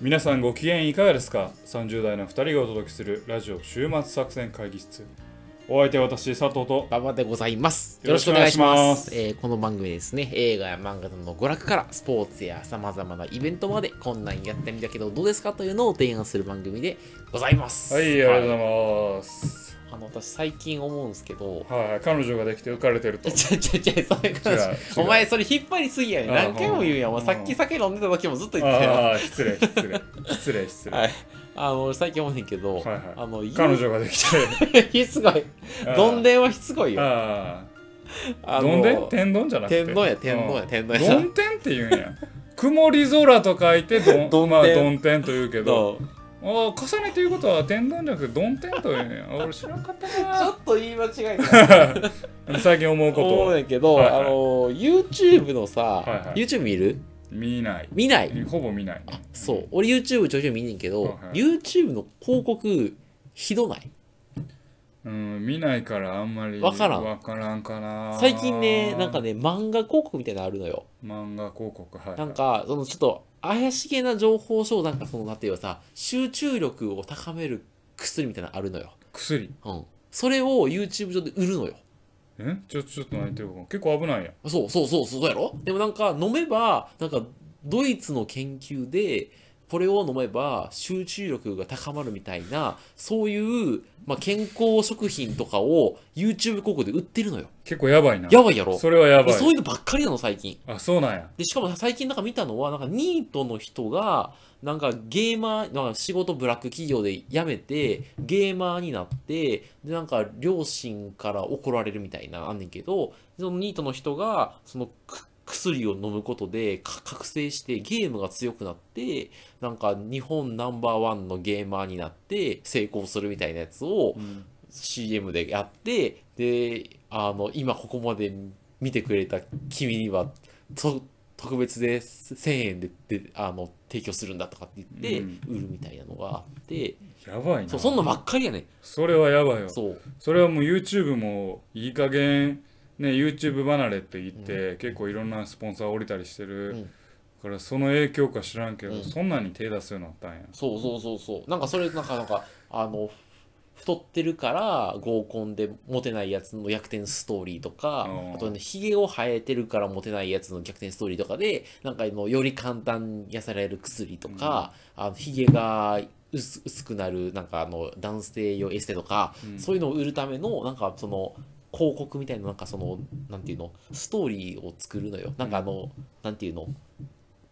皆さんご機嫌いかがですか ?30 代の2人がお届けするラジオ週末作戦会議室。お相手は私、佐藤と馬場でございます。よろしくお願いしますよろくお願いしまえーこの番組ですね、映画や漫画などの娯楽からスポーツやさまざまなイベントまでこんなんやってみたけどどうですかというのを提案する番組でございます。はい、ありがとうござはいいます。あの私最近思うんですけど、はい、彼女ができて浮かれてると。ちょちょちょそうい違うう違う話。お前それ引っ張りすぎやね。あ何回も言うやん。ほおんま前さっき酒飲んでた時もずっと言ってたよ。ああ、失礼、失礼。失礼、失礼。はい。あの最近思うねんけど、はいはいあの彼女ができて。ひすごい。あーどんでんはひすごいよ。ああ。あのどんでん天丼じゃなくて。天丼や天丼や天丼どや。ん天って言うんや。曇り空と書いてどん、どん天まあ、どん天と言うけど、どうああ重ねて言うことは天丼じゃなくて、どん天と言うんや。俺知らんかったちょなっと言い間違えた。最近思うこ思とうんはやけど、はいはいあの YouTube のさ、いはい YouTube 見る見ない。見ないほぼ見ない。そう俺 YouTube ちょいちょい見んねんけど、はいはい YouTube の広告ひどないうん、見ないからあんまりわからんわからんかな。最近ねなんか。ね漫画広告みたいなのあるのよ漫画広告、はいはい。なんかそのちょっと怪しげな情報書をなんかそのなんていうかさ集中力を高める薬みたいなのあるのよ、薬。うん、それを YouTube 上で売るのよえちょ、ちょっと泣いてる結構危ないやん。そうそうそうそうやろでもなんか飲めばなんかドイツの研究でこれを飲めば集中力が高まるみたいなそういう、まあ、健康食品とかを YouTube 広告で売ってるのよ結構やばいな。やばいやろそれはやばい。そういうのばっかりなの最近あ、そうなんや。でしかも最近なんか見たのはなんかニートの人がなんかゲーマーなんか仕事ブラック企業で辞めてゲーマーになってでなんか両親から怒られるみたいなあんねんけどそのニートの人がそのく薬を飲むことでか覚醒してゲームが強くなってなんか日本ナンバーワンのゲーマーになって成功するみたいなやつをうん。 CM でやってであの今ここまで見てくれた君にはと特別で1000円でであの提供するんだとかって言って売るみたいなのがあって、やばいな。そうそんなばっかりやねんそれはやばいよ。そうそれはもう YouTube もいい加減ね YouTube 離れって言って、結構いろんなスポンサー降りたりしてる、うんからその影響か知らんけど、うんそんなに手出すようになったんやそうそうそうそうなんかそれなんかなんかあの太ってるから合コンでモテないやつの逆転ストーリーとかうんあとねひげを生えてるからモテないやつの逆転ストーリーとかでなんかあのより簡単に痩せられる薬とかあのひげが薄薄くなるなんかあの男性用エステとかうんそういうのを売るためのなんかその広告みたいななんかそのなんていうのストーリーを作るのよなんかあのなんていうの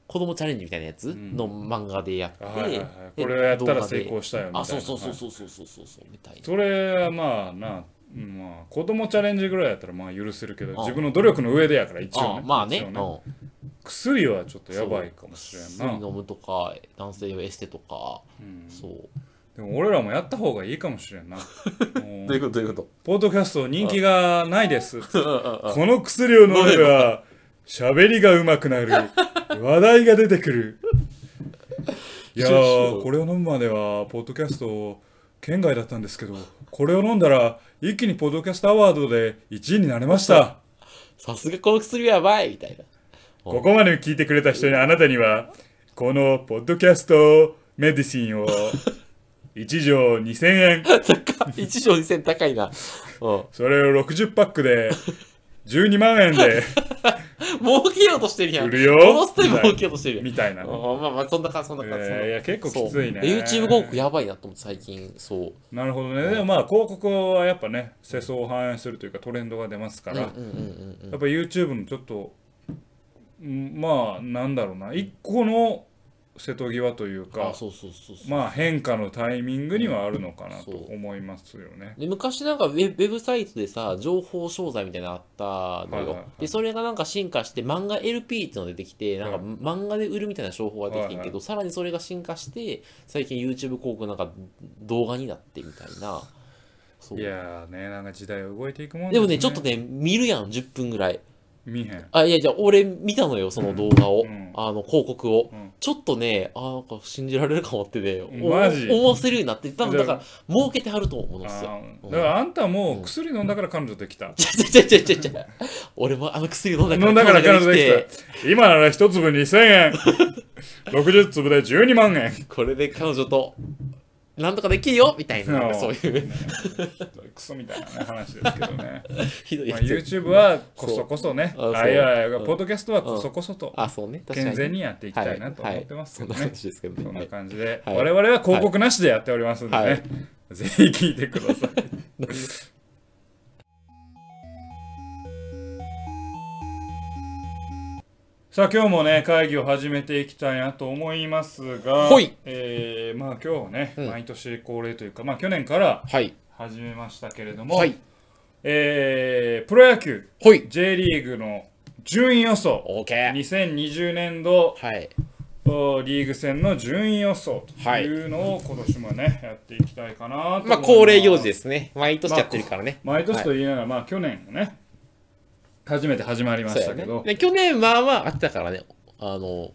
子供チャレンジみたいなやつうんの漫画でやってあはいはいはいでこれをやった動ら画で成功したよみたいなあそうそうそうはいそうそうそうそうそうみたいなそれはまあなうんまあ子供チャレンジぐらいやったらまあ許せるけどあ自分の努力の上でやから一応あねまあね一応うん薬はちょっとやばいかもしれんな、そう薬飲むとか男性用エステとかうんそうでも俺らもやった方がいいかもしれ んなもうことどういうこポッドキャスト人気がないですとこの薬を飲めば喋りが上手くな る話題が出てくるいやそうそーうこれを飲むまではポッドキャスト県外だったんですけどこれを飲んだら一気にポッドキャストアワードで1位になれましたさすがこの薬はやばいみたいな ここまで聞いてくれた人にあなたにはこのポッドキャストメディシンを1錠2000円高い一錠二千円高いなうんそれを60パックで12万円で 儲けようとしてるやん売るよこのステム儲けようとしてるやんみたいな、うんまあまあそんな感じそんなえ感じそんなーいや結構そうきついね YouTube 広告やばいなと思って最近そうなるほどね、でもまあ広告はやっぱね世相を反映するというかトレンドが出ますかうんうら、んやっうんうんぱうん YouTube のちょっとうんまあなんだろうな一個の瀬戸際というあかそうそうそうそうまあ変化のタイミングにはあるのかなとそう思いますよね。で昔なんかウェウェブサイトでさ情報商材みたいなのあったのはいよ、はいはいでそれがなんか進化して漫画 LP ってのが出てきてなんかはい漫画で売るみたいな商法ができてんけど、はいはさらにそれが進化して最近 YouTube 広告なんか動画になってみたいなそういやーねなんか時代は動いていくもんでもねちょっとね見るやん10分ぐらい見へん。あ、いやいや、俺見たのよ、その動画を。うんあの、広告を。うんちょっとね、あなんか信じられるかもってね、おマジ思わせるようになって、多分じゃだあから、儲けてはると思うんあですよ。ーだからあんたも薬飲んだから彼女で きた。ちゃちゃちゃちゃちゃちゃ。俺もあの薬飲んだから、飲んだから彼女ができた。今なら一粒2000円。60粒で12万円。これで彼女と、なんとかできるよみたいな、なんかそういう、クソみたいなね話ですけどね。ひ どいまやあ、つ。 YouTube はこそこそね。そうあそうあいやいや、うんポッドキャストはこそこそとあ、そうね。確かに。健全にやっていきたいなと思ってますはけいはどねい、そんな感。じですけそどんね。はない感じで、はい我々は広告なしでやっておりますんでね。はいぜひ聞いてください。さあ今日もね会議を始めていきたいなと思いますが、ほいえーまあ今日はね、うん毎年恒例というかまあ去年からはい。始めましたけれども、はい。えープロ野球ほい。 J リーグの順位予想 OK。 2020年度はい。おリーグ戦の順位予想とはいいうのを今年もねやっていきたいかなと思いますまあ、恒例行事ですね。毎年やってるからね。毎年と言いながら、まあ去年もね初めて始まりまそしうやたけねど、。で去年、まあまああったからね。あの、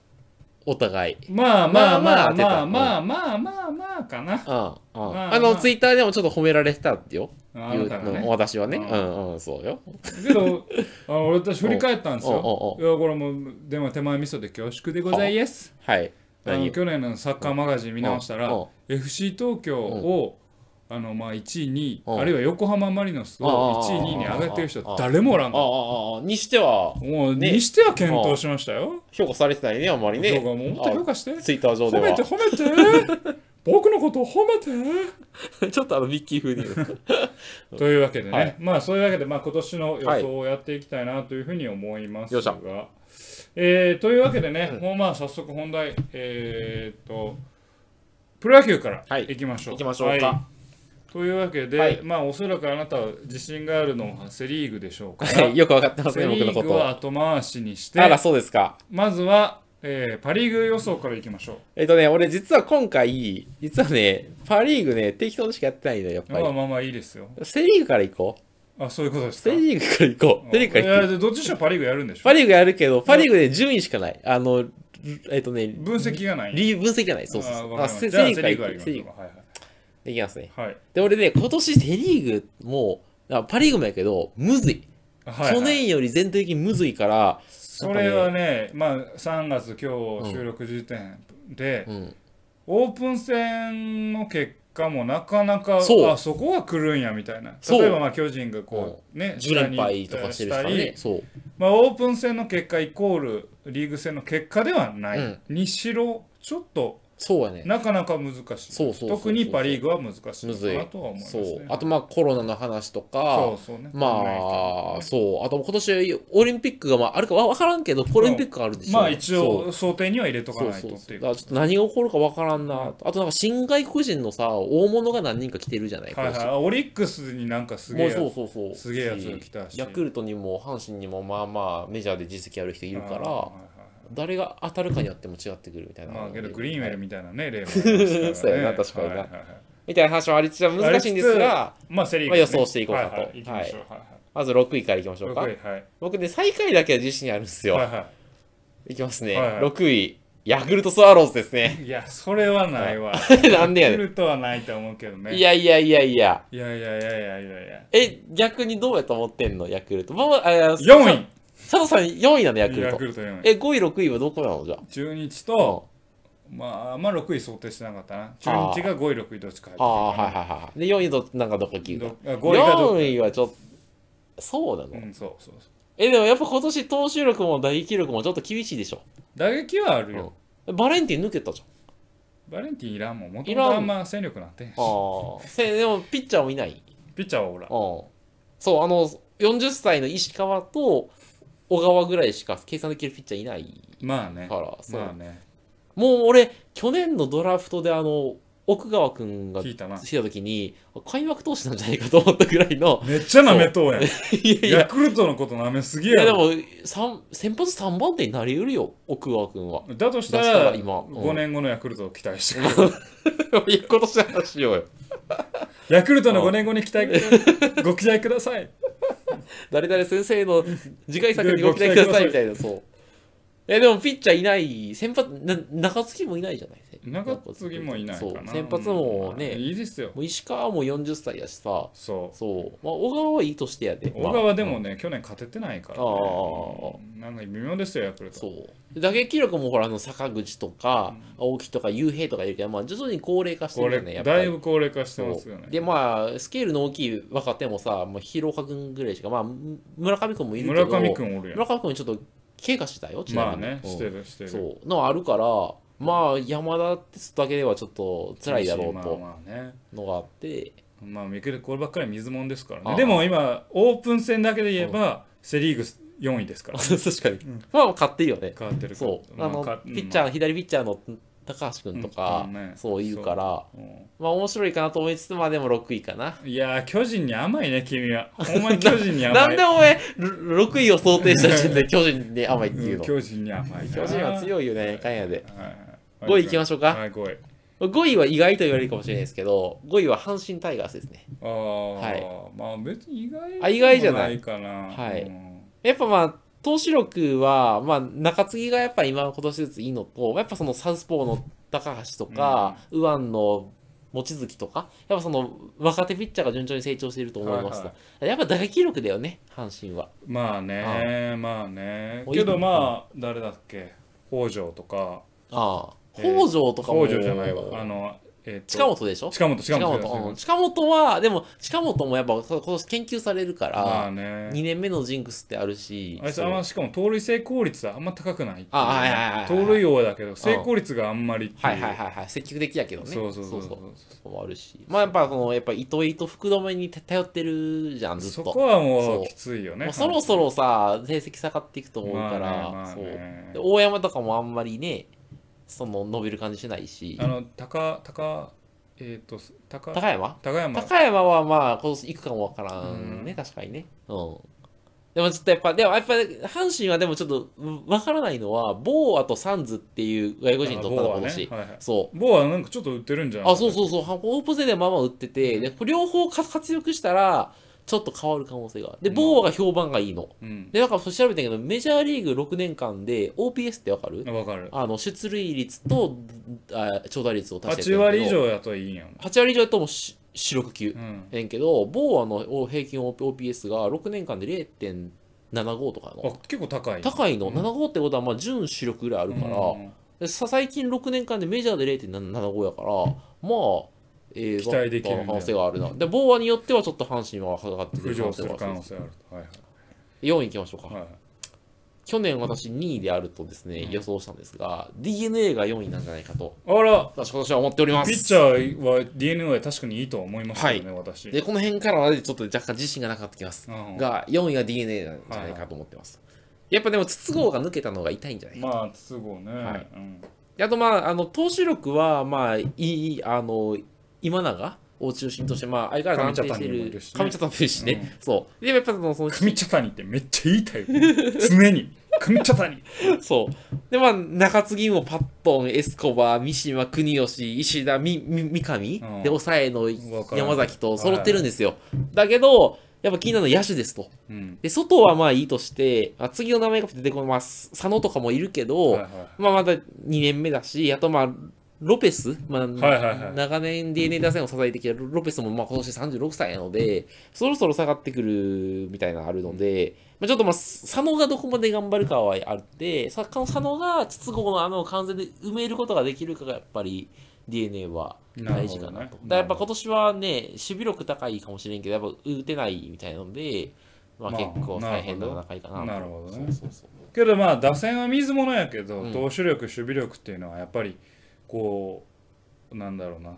お互い。まあまあまあまあまあままあまあまあまあかなああ、まああ、あの、まあツイッターでもちょっと褒められてたってよ。あなたが言うのね私はね。うんうんうん、そうよ。けどあの俺たち振り返ったんですよおいやこれもうでも手前味噌で恐縮でございますはい。あの何去年のサッカーマガジン見直したらうんうん FC 東京をあのまあ1位2うん位あるいは横浜マリノスを1位2位に上げてる人誰もおらんあかっあああ、にしてはた、もうねにしては検討しましたよ評価されてないね、あんまりね。評価もうもっと評価してあツイッター上で褒めはて。褒めて 僕のことを褒めてちょっ とあの、ミッキー風に。というわけでね、はいまあそういうわけで、まあ、今年の予想をやっていきたいなというふうに思いますよっしが、ゃえーというわけでね、うんもうまあ早速本題えーっとプロ野球からはいいきましょう、いきましょうはか。いというわけで、はいまあおそらくあなたは自信があるのはセ・リーグでしょうかはい、よくわかってますセ・ね、リ僕のーこグはと。後回しにしてあら、そうですか。まずは、えーパ・リーグ予想からいきましょうえっとね、俺実は今回、実はね、パリーグね、適当にしかやってないのよ、やっぱまあり。まあまあいいですよセリーグから行こう。あそういうことですかセリーグから行こう。セリーグからい行こうや。でどっちにしろパ・リーグやるんでしょパ・リーグやるけど、パ・リーグで順位しかない。あの、ルえっとね、分析がない理由分析じゃない。そうそうそう。ああ、セセ・リーリーグかグから行ら行く。セ・リーグ。くはいできますね。はいで、俺ね、今年セ・リーグも、あパ・リーグもやけど、むずい。はいは去い年より全体的にむずいから、それはねまあ3月今日収録時点でうん。オープン戦の結果もなかなかそうあそこが来るんやみたいなそう例えばまあ巨人がこうね10連敗とかしてしるかたらねり。そう。まあオープン戦の結果イコールリーグ戦の結果ではなういんにしろちょっとそうやね。なかなか難しそうそうそうそいう特にパ・リーグは難しむいずかいなとは思い。ますそねう。あと、まあ、コロナの話とそかう、そうねまあ、そう。あと、今年、オリンピックが、まあ、あるかわわからんけど、オリンピックがあるでしょ。まあ一そう応想定には入れとかそうないそとうそうっていだうからちょっと何が起こるかわからんなあとなんか新外国人のさ大物が何人か来てるじゃないはいはい、オリックスになんかすげえやつもうそうそうそうすげえやつが来たしヤクルトにも阪神にもまあまあメジャーで実績ある人いるあかーはら誰が当たるかによっても違ってくるみたいいな、はいはいまあけどグリーンウェルみたいなね例もありますからねそうやな確かにはないはいはいみたいな話もありつつ難しいんですがまあセリーグ、まあ予想していこうかとはいはい、いきましょうはいまず6位からいきましょうかはいはい僕ね最下位だけは自信あるんですよ、はいい、はきますね、はいはい6位ヤクルトスワローズですね いいやそれはないわなんでや来 ねるとはないと思うけどねんいいややいやいやいやいやいやいやいやいやえ逆にどうやと思ってんのヤクルト、まあまあ、あ4 4佐藤さん4位なのヤク位ルヤトクルト4位え、5位、6位はどこなのじゃあ。中日と、まあ、まあ6位想定してなかったな中日が5位6位どっちか入ってるかあなあ、はいはいはいはい。で、4位ど、なんかどこ聞いたどあ5位がどっか4位はちょっと、そうなの、うんそうそうそうえ、でもやっぱ今年投手力も打撃力もちょっと厳しいでしょ。打撃はあるよ、バレンティン抜けたじゃん。バレンティンいらんもん。もといもらんとあんま戦力なんて。ああ。せ でもピッチャーもいない。ピッチャーはおらん。うん。そう、あの、40歳の石川と小川ぐらいしか計算できるピッチャーいないまあね。から、そう。まあね。もう俺、去年のドラフトであの、奥川くんが聞いたなしてた時に、開幕投手なんじゃないかと思ったぐらいの、めっちゃ舐めとうやん。いやいやヤクルトのこと舐めすぎ いややでろ。も三先発3番手になりうるよ奥川君はだとした出したら、ら今うん5年後のヤクルトを期待してく る。 いや今年の話しようよヤクルトの5年後に期待くだご期待ください。誰々先 生の次回作にご期待くださいみたいな、そう。え、でもピッチャーいない、先発、な中継ぎもいないじゃない長継ぎもいないかそうな。先発もねまあいいですよ。もう石川も40歳やしさ、そそう。まあ、小川はいいとしてやで。う。小川でもね、去年勝ててないからねあああうん。なんか微妙ですよ、ヤクルト。そう打撃力もほらあの坂口とか青木とか雄平とかいるけど、まあ、徐々に高齢化して高るよ齢ねやっぱだりいぶ高齢化してそうますよね。でまあスケールの大きい若手もさ、まあ、広岡君ぐらいしか、まあ、む村上君もいるけ村ど上くんおるやん村。上君ちょっと怪我してたよちなみまあにね、うんしてるしてる。そうのあるからまあ山田鉄だけではちょっと辛いだろうまとあまあね。のがあって まあ、見切るこればっかり水もんですからあね。あでも今、オープン戦だけで言えば、セ・リーグ4位ですから。確かに、まあ勝ってるよね変わってるからそうあの、ピッチーャー左ピッチャーの高橋君とか、うんうんねそう言うからうんまあ面白いかなと思いつつまあでも6位かな。いやー、巨人に甘いね、君は。ほんまに巨人に甘い。 なんでお前ろ6位を想定した 時点で巨人に甘いっていううんの。巨巨人に甘いな。人は強いよね、かんやで。はい。 5位行きまししょうょか。はい、5位。 5位は意外と言われるかもしれないですけど、5位は阪神タイガースですね。ああ、まあ別に意外でもあ意外じゃないいかな。はいうんやっぱまあ、投手力は、まあ、中継ぎがやっぱ今、今年ずついいのと、やっぱそのサウスポーの高橋とか、右腕の望月とか、やっぱその若手ピッチャーが順調に成長していると思いますと。はやっぱ打撃力だよね、阪神は。まあね、まあね。おいけどまあ、誰だっけ北条とか、ああ。えー北条とかも。北条じゃないわ。あの、えっと近本でしょ近本、近近本です本、うよん。近本は、でも、近本もやっぱ今年研究されるかまあら、ね。 2年目のジンクスってあるし、あいつそうあんましかも盗塁成功率はあんま高くないっていうあはいはいはいはい盗塁王だけど成功率があんまりってうはいはいはいはい、積極的やけどね。そうそうそうそそううそうもあるし、まあやっぱその、やっぱ糸井と福留に頼ってるじゃん、ずっそと。こはもそううきついよねもうそろそろさ、成績下がっていくと思うまあから、ねまあそうねで大山とかもあんまりね、その伸びる感じしないし、あの高高えっ、と高高山高山高山はまあ今年行くかもわからんね、うん確かにね。うん。でもちょっとやっぱ、でもやっぱ阪神はでもちょっとわからないのは、ボーアとサンズっていう外国人取ったのあ今ボ年、ーアねはいはいそう。ボーはなんかちょっと売ってるんじゃないあ、そうそうそう、オープン戦でまあまあ打ってて、で両方か活躍したら、ちょっと変わる可能性がある。で、うんボーアが評判がいいの。ううんで、なんかそう調べたけど、メジャーリーグ6年間で OPS ってわかるわかるあの、出塁率と、あ長打率を足して8割以8上やといいんやもん割以上だともうし四六九うんえんけど、ボーアの平均 OPS が6年間で0.75とかあの。結構高い高いの、うん75ってことはまあ準主力ぐらいあるうかんら、でさ最近6年間でメジャーで0.75やから、まあ、えー、期待できる可能性があるな。で、ボーアによってはちょっと阪神は上がって浮くる可上能す性る可がある能。性あるはい4位行きましょうか。はい、はい、去年私2位であるとですね、予想したんですが、DNA が4位なんじゃないかと、あら私今年は思っております。ピッチャーは d n a は確かにいいとは思いますよね、私で、この辺からはねちょっと若干自信がなくなってきます。うんが、4位は DNA なんじゃないかと思ってます。やっぱでも、筒香が抜けたのが痛いんじゃないかまあ筒香ね、はいうんであとまあ、あの、投手力は、まあ、いい、あの、今永を中心として、まあ、相変わらず安定して上茶谷もいるるし。ね上茶谷もいるしね。そう。で、やっぱその、その、上茶谷ってめっちゃいいタイプ常に上茶谷そう。で、まあ、中継ぎもパットン、エスコバー、三島、国吉、石田、み、み、三上、うんで、抑えのわからん山崎と揃ってるんですよ。だけど、やっぱ気になるのは野手ですと。うんで、外はまあいいとして、あ次の名前が出てこます。佐野とかもいるけど、はいはまあ、まだ2年目だし、あとまあ、ロペス、まはあいはいはい 長年 DNA 打線を支えてきたロペスもまあ今年36歳なので、そろそろ下がってくるみたいなのあるので、まあ、ちょっとまあ佐野がどこまで頑張るかはあって、さ佐野が筒香の穴を完全で埋めることができるかがやっぱり DNA は大事かななると。ほどねだからやっぱ今年はね、守備力高いかもしれんけど、やっぱ打てないみたいなので、まあまあ結構大変な戦いかなと。なるほどねそうそうそう。けどまあ打線は水物やけど、うん投手力守備力っていうのはやっぱりこうなんだろうな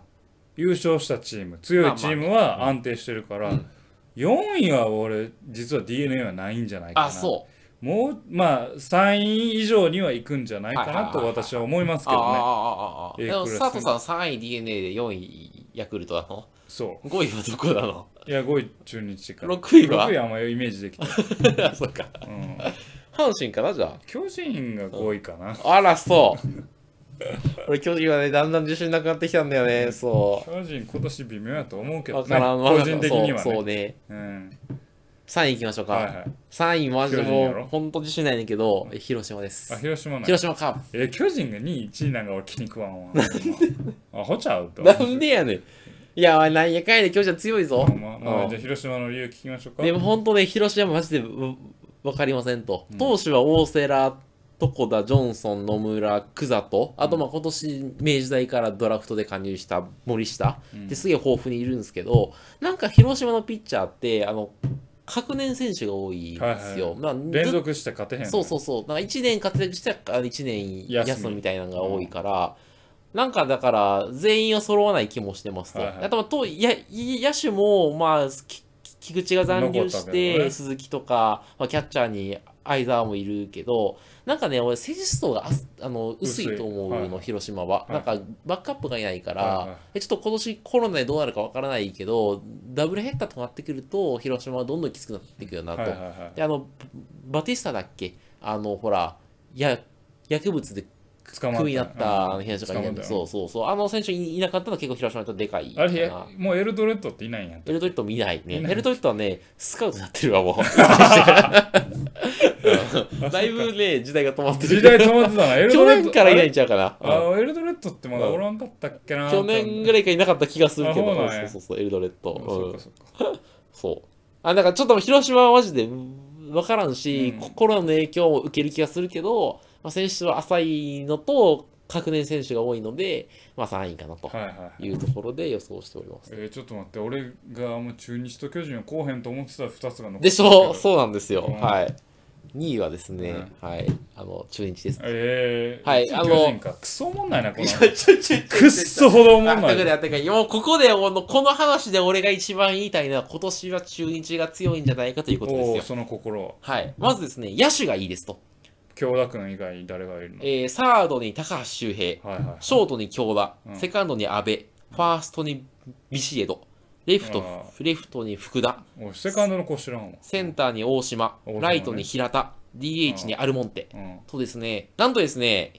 優勝したチーム強いチームは安定してるから、うん4位は俺実は d n a はないんじゃないかなあ、そう。もうまあ3位以上にはいくんじゃないかはいはないはいとはい私は思いますけあどねああああああ A でもクラス佐藤さん3位 DNA で4位ヤクルトなのそ ?5 位はどこな のういや5位中日から六位は6位はあんまりイメージできた、あそっか。 うん、阪神かなじゃ巨人が5位かなあ。あ ら、そう。俺、巨人はね、だんだん自信なくなってきたんだよね。そ巨人今年微妙やと思うけう。どわねからんわ個人的にはねそうそうね。うん3位行きましょうか。はいはい3位マジで巨人やもうろ本当自信ないねんけど、広島ですあ、。広島なんや広島カーえ、巨人が2位、1位なんか俺気に食わんわ。あ、ほちゃうと。プ。なんでやねん。いや、なんやかんやで巨人は強いぞほ。んままうあ、んじゃあ広島の理由聞きましょうか。でも本当ね、広島マジでうわかりませんと。投手は大瀬良、床田、ジョンソン、野村、久里、あとまあ今年明治大からドラフトで加入した森下ですげえ豊富にいるんですけど、なんか広島のピッチャーって、あの、各年選手が多いんですよ。まあ連続して勝てへんわ。そうそうそう。なんか1年活躍したら1年休みみたいなのが多いから、なんかだから全員は揃わない気もしてますと。はいはいあとまあとや野手も、まあ、きき菊池が残留し残ったけどて、ね鈴木とか、まあ、キャッチャーに相沢もいるけど、なんかね、俺、選手層があすあの薄いと思薄うの、いはい広島は。いなんかバックアップがいないから、はいはいえちょっと今年コロナでどうなるかわからないけど、ダブルヘッダーとなってくると、広島はどんどんきつくなっていくよなと。はいはいはい。であのババティスタだっけあのほらや薬物で捕まクビになうっんた編集がいない捕まったよそうそうそうあの選手いいなかったのは結構広島にとってでかいかあれな、もうエルドレッドっていないんやん。エルドリット見ないねいないエルドリットはねスカウトになってるわもうだいぶね時代が止まって時る代止まってたな、エル 去ドレッド。年からいないいんちゃうかなうんあれあエルドレッドってまだおらんかったっけな。去年ぐらいからいなかった気がするけどあそうなんそやうそうそうエルドレットうんそううんかそうか。そう。あ、だからちょっと広島はマジで分からんし、うんココロナの影響を受ける気がするけど、まあ、選手は浅いのと、各年選手が多いので、まあ3位かなとはいはい。いうところで予想しております。えー、ちょっと待って、俺があんま中日と巨人をこうへんと思ってた2つが残ってでしょうそうなんですよ。うんはい。2位はですね、はい、あの、中日です。えー、はいああのの、巨人か。クソおもんないな、この。ちょちょちょちょくっそほどおもんな全くい。であったかい。もうここで、あのこの話で俺が一番言いたいのは、今年は中日が強いんじゃないかということですおお、よ。その心。はい。まずですね、野手がいいですと。京田君以外に誰がいるのえーサードに高橋周平、はいはい。ショートに京田、うんセカンドに阿部、ファーストにビシエド、レフトあ、レフトに福田、おセカンドの子知らんわ。センターに大島、大島ねライトに平田、DH にアルモンテ。うん。とですね、なんとですね、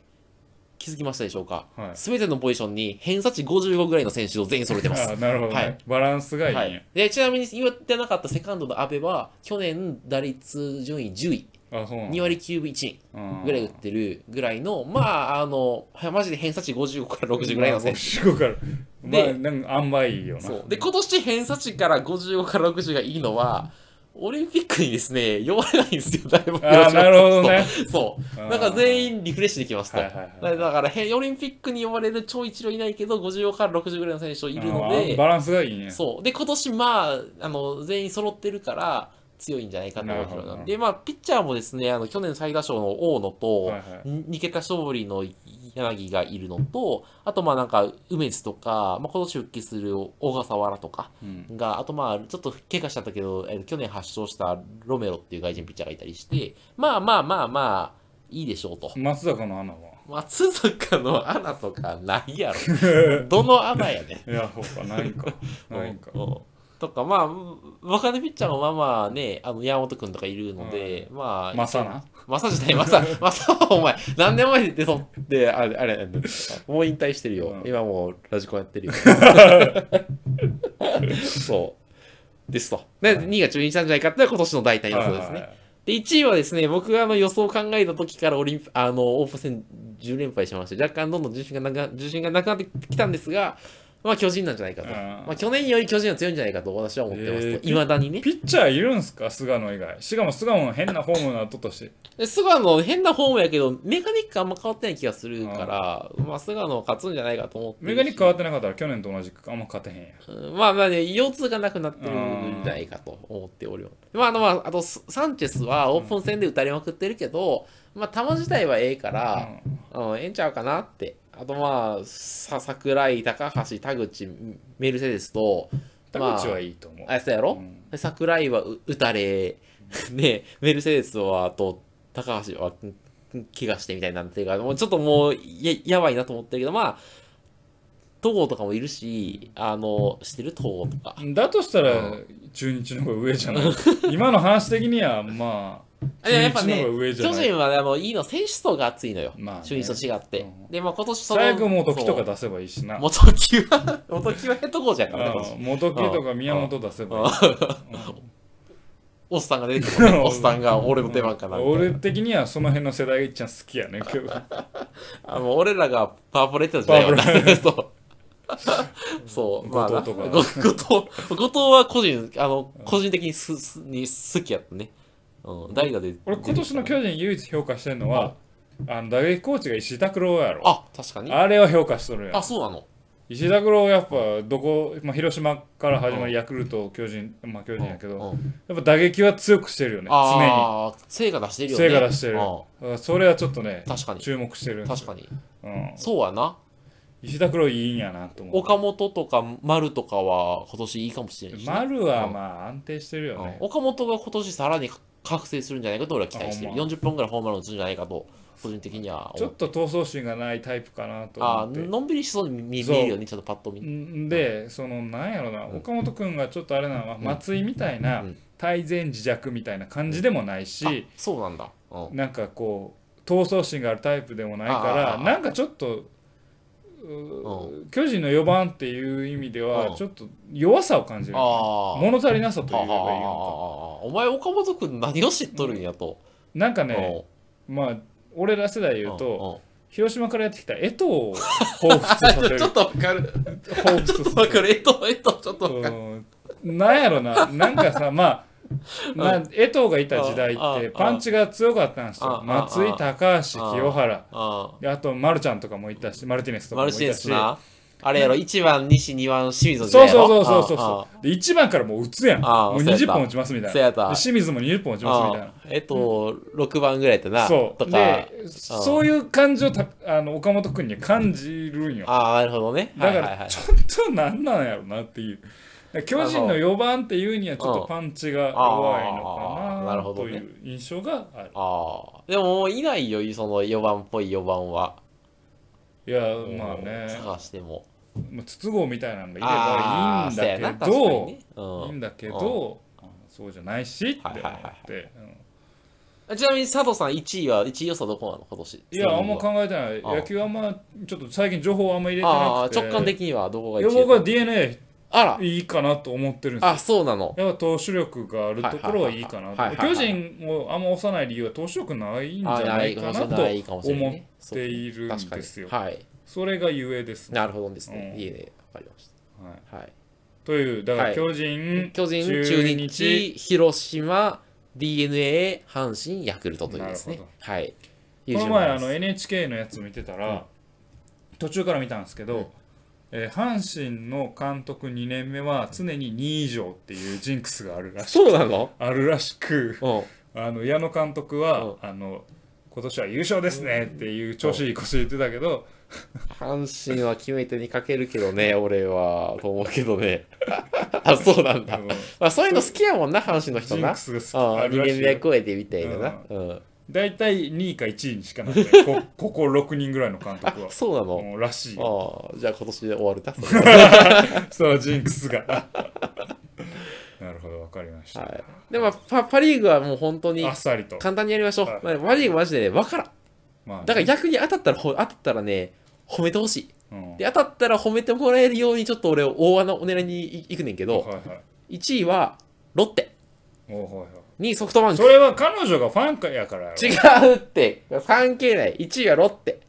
気づきましたでしょうかはい。すべ、てのポジションに偏差値55ぐらいの選手を全員揃えてま す。ああ、なるほどね。はいバランスがいいんや。はい、でちなみに言ってなかったセカンドの阿部は去年打率順位10位あ、そうなん2割9分1厘うんぐらい打ってるぐらいの、まあ、あの、はいマジで偏差値55から60ぐらいの選手。まあ55から。まであ、なんか、あんまいいよな。そう。で、今年偏差値から55から60がいいのは、オリンピックにですね、弱らないんですよ、だいぶ。あーなるほどね。そう。あーなんか全員リフレッシュできますと。はいはいはいだから、へんオリンピックに呼ばれる超一郎いないけど、55から60ぐらいの選手いるのあーで、バランスがいいね。そう。で、今年、まあ、あの、全員揃ってるから、強いんじゃないかと思うけどなるほどで、まあ、ピッチャーもですね、あの、去年最多勝の大野と、はいはい2桁勝利の柳がいるのと、あと、まあ、なんか、梅津とか、まあ、今年復帰する小笠原とかうん。が、あと、まあ、ちょっと怪我しちゃったけど、えー去年発症したロメロっていう外人ピッチャーがいたりして、まあまあまあまあ、いいでしょうと。松坂の 穴は。松坂の穴とかないやろ。どの穴やねん。いや、ほか、ないんか。ないんか。うんとか、まあう、若手ピッチャーもまあまあね、あの、山本君とかいるので、まあ、まさな。マサじゃない、マサ、 マサはお前、何年前でそって、あれ、あれ、もう引退してるよ。うん今もうラジコンやってるよ。 そう。ですと。で、2位が中日なんじゃないかって今年の大体予想ですはいね。で、1位はですね、僕があの予想を考えた時からオリンピあの、オープン戦10連敗しまして、若干どんどん重心がなくな重心がなくなってきたんですが、まあ巨人なんじゃないかと。うんまあ去年より巨人は強いんじゃないかと私は思ってますえとー。いまだにね。ピッチャーいるんすか菅野以外。しかも菅野変なフォームの後として。で菅野、変なフォームやけど、メカニックあんま変わってない気がするから、まあ、菅野勝つんじゃないかと思ってるメし。ガニック変わってなかったら去年と同じくあんま勝てへんや。うんまあまあね、腰痛がなくなってるんじゃないかと思っております。まああの、まあ、あと、スサンチェスはオープン戦で打たれまくってるけど、まあ、球自体はええから、うんうん、ええんちゃうかなって。あと、まあ、さ桜井、高橋、田口、メルセデスと、田まあ口はいいと思う。あ、そうやろ、うんで桜井はう打たれ、 ね、メルセデスは、あと、高橋は、んん怪我してみたいになってるから、もうちょっともうや、やばいなと思ってるけど、まあ、戸郷とかもいるし、あの、知ってる戸郷とか。だとしたらう中日の方が上じゃない 今の話的にはまああでもや中っぱ日のね方が、上じゃ巨ない人はねあの、いいの、選手層が厚いのよ。まあね中日と違って。うんで、まあ今年その、最悪もう時とかだ。出せばいいしな元木は、元木はヘッドコーチやからね、今年元木とか宮本出せばいいおっさんが出てく るねおっさんが俺の出番かなみたいな俺的にはその辺の世代がいっちゃん好きやね今日あもう俺らがパワープレってたじゃないわ パワープそうそう、まあな、後藤とかご後藤、後藤は個人、あの、個人的にす、すに好きやったね。うん、代打で。俺今年の巨人唯一評価してるのは、あの打撃コーチが石井拓郎やろああ、確かに。れは評価しとるやんあ、そうなの。石井拓郎やっぱどこ、まあ、広島から始まりヤクルト巨人まあ巨人やけど、うんやうんっぱ打撃は強くしてるよね常ああ、成果出してるによね。成果出してる、ううんそれはちょっとねん確かに。注目してるんです確よかに。うん、そうやな。石田黒いいんやなと思う。岡本とか丸とかは今年いいかもしれないしね、丸はまあ安定してるようねん。岡本が今年さらに覚醒するんじゃないかと俺は期待してる。あほん40本ぐらいホームラン打つんじゃないかと、個人的にはち思ょっと闘争心がないタイプかなとあ思ってー。のんびりしそうに見そう見えるよね、ちょっとパッと見。んで、そのなんやろな、うん岡本君がちょっとあれなのは、ん松井みたいうなん泰然自若みたいな感じでもないしあ、そうなんだ。うんなんかこう、闘争心があるタイプでもないあから、ーなんかちょっと、う巨人の4番っていう意味でうは、んちょっと弱さを感じる。あー物足りなさとあーあーあー言えばいいのあーお前、岡本君何を知っとるんやと。か。なんかね、うまあ、俺ら世代でん言うと、んん広島からやってきた江藤を彷彿とさせる ちょっとわかる。彷彿ちょとっとさわせかるる。えっと、えっと、ちょっとわかる。うんなんやろななんかさ まあな江藤がいた時代ああってあパンチが強かったんですあよあ松井あ高橋清原あであとマルちゃんとかもいたしマルティネスーとかマもルいシネたしスな。あれやろ、1番、西、2番、清水の時そう代やそうろそうそうそうそあうで1番からもう打つやんああもうそうやった20本打ちますみたーいそうなでやった。清水も20本打ちますみたいなあーえっと、6番ぐらいやったな。そうとか。でそういう感じをたあの岡本君には感じるんよああ、なるほどね。だかはいはいはらいちょっとなんなんやろなっていう。だから巨人の4番っていうにはちょっとパンチが弱いあーなのかなるほどとねいう印象がある。ああ。でももういないよ、その4番っぽい4番は。いやまあね、探しても。まあ筒香みたいなのがああいそうればいやいなだけん確かど、にねういいんんだけど、そうじゃないしって思はいはいはって。うんちなみに佐藤さん1位は1位予想どこなの今年いや、あんま考えてない。あー野球あんま、ちょっと最近情報あんま入れてあなあくて。直感的にはどこがい1や位僕は DNA あらいいかなと思ってるんですよあそうなのやっぱ投手力があるところはいいかなはいはいと。はいはい巨人をあんま押さない理由は投手力ないんじあゃあないかなとないかもしれない思ねっているんですよそう確。かにはいそれがゆえですね。なるほどですねうんいいねわかりましはいたはいという、だかはらい巨人、巨人中日広島 DNA 阪神ヤクルトというですねなるはいこの前あのえ NHK のやつ見てたうんら、途中から見たんですけうんど、えー阪神の監督2年目は常に2以上っていうジンクスがあるらしそうなのあるらしく、うんあの矢野監督は、あの今年は優勝ですねっていう調子いい腰言ってたけど、阪神は決め手にかけるけどね、俺は、と思うけどね。 あ、そうなんだ。まあ、そういうの好きやもんな、阪神の人ジンなク。スがあ好きああ、る2らし年い目よ超えてみたいなな。うん。大体2位か1位にしかなって こここ6人ぐらいの監あ督、はそうなの。もうらしいよああ、じゃあ今年で終わるな。 そうジンクス がなるほどわかりました、はい。でも、パパリーグはもう本当にあっさりと、簡単にやりましょう。はいまあパリーグマジでね、わからん。まあねだから逆に当たったら、ほ当たったらね、褒めてほしい。うんで、当たったら褒めてもらえるように、ちょっと俺、大穴を狙いに行くねんけど、はいはい1位はロッテ、おうはいは2位ソフトバンいクそ。れは彼女がファンかやからやろ違うって関係ない1位はロッテ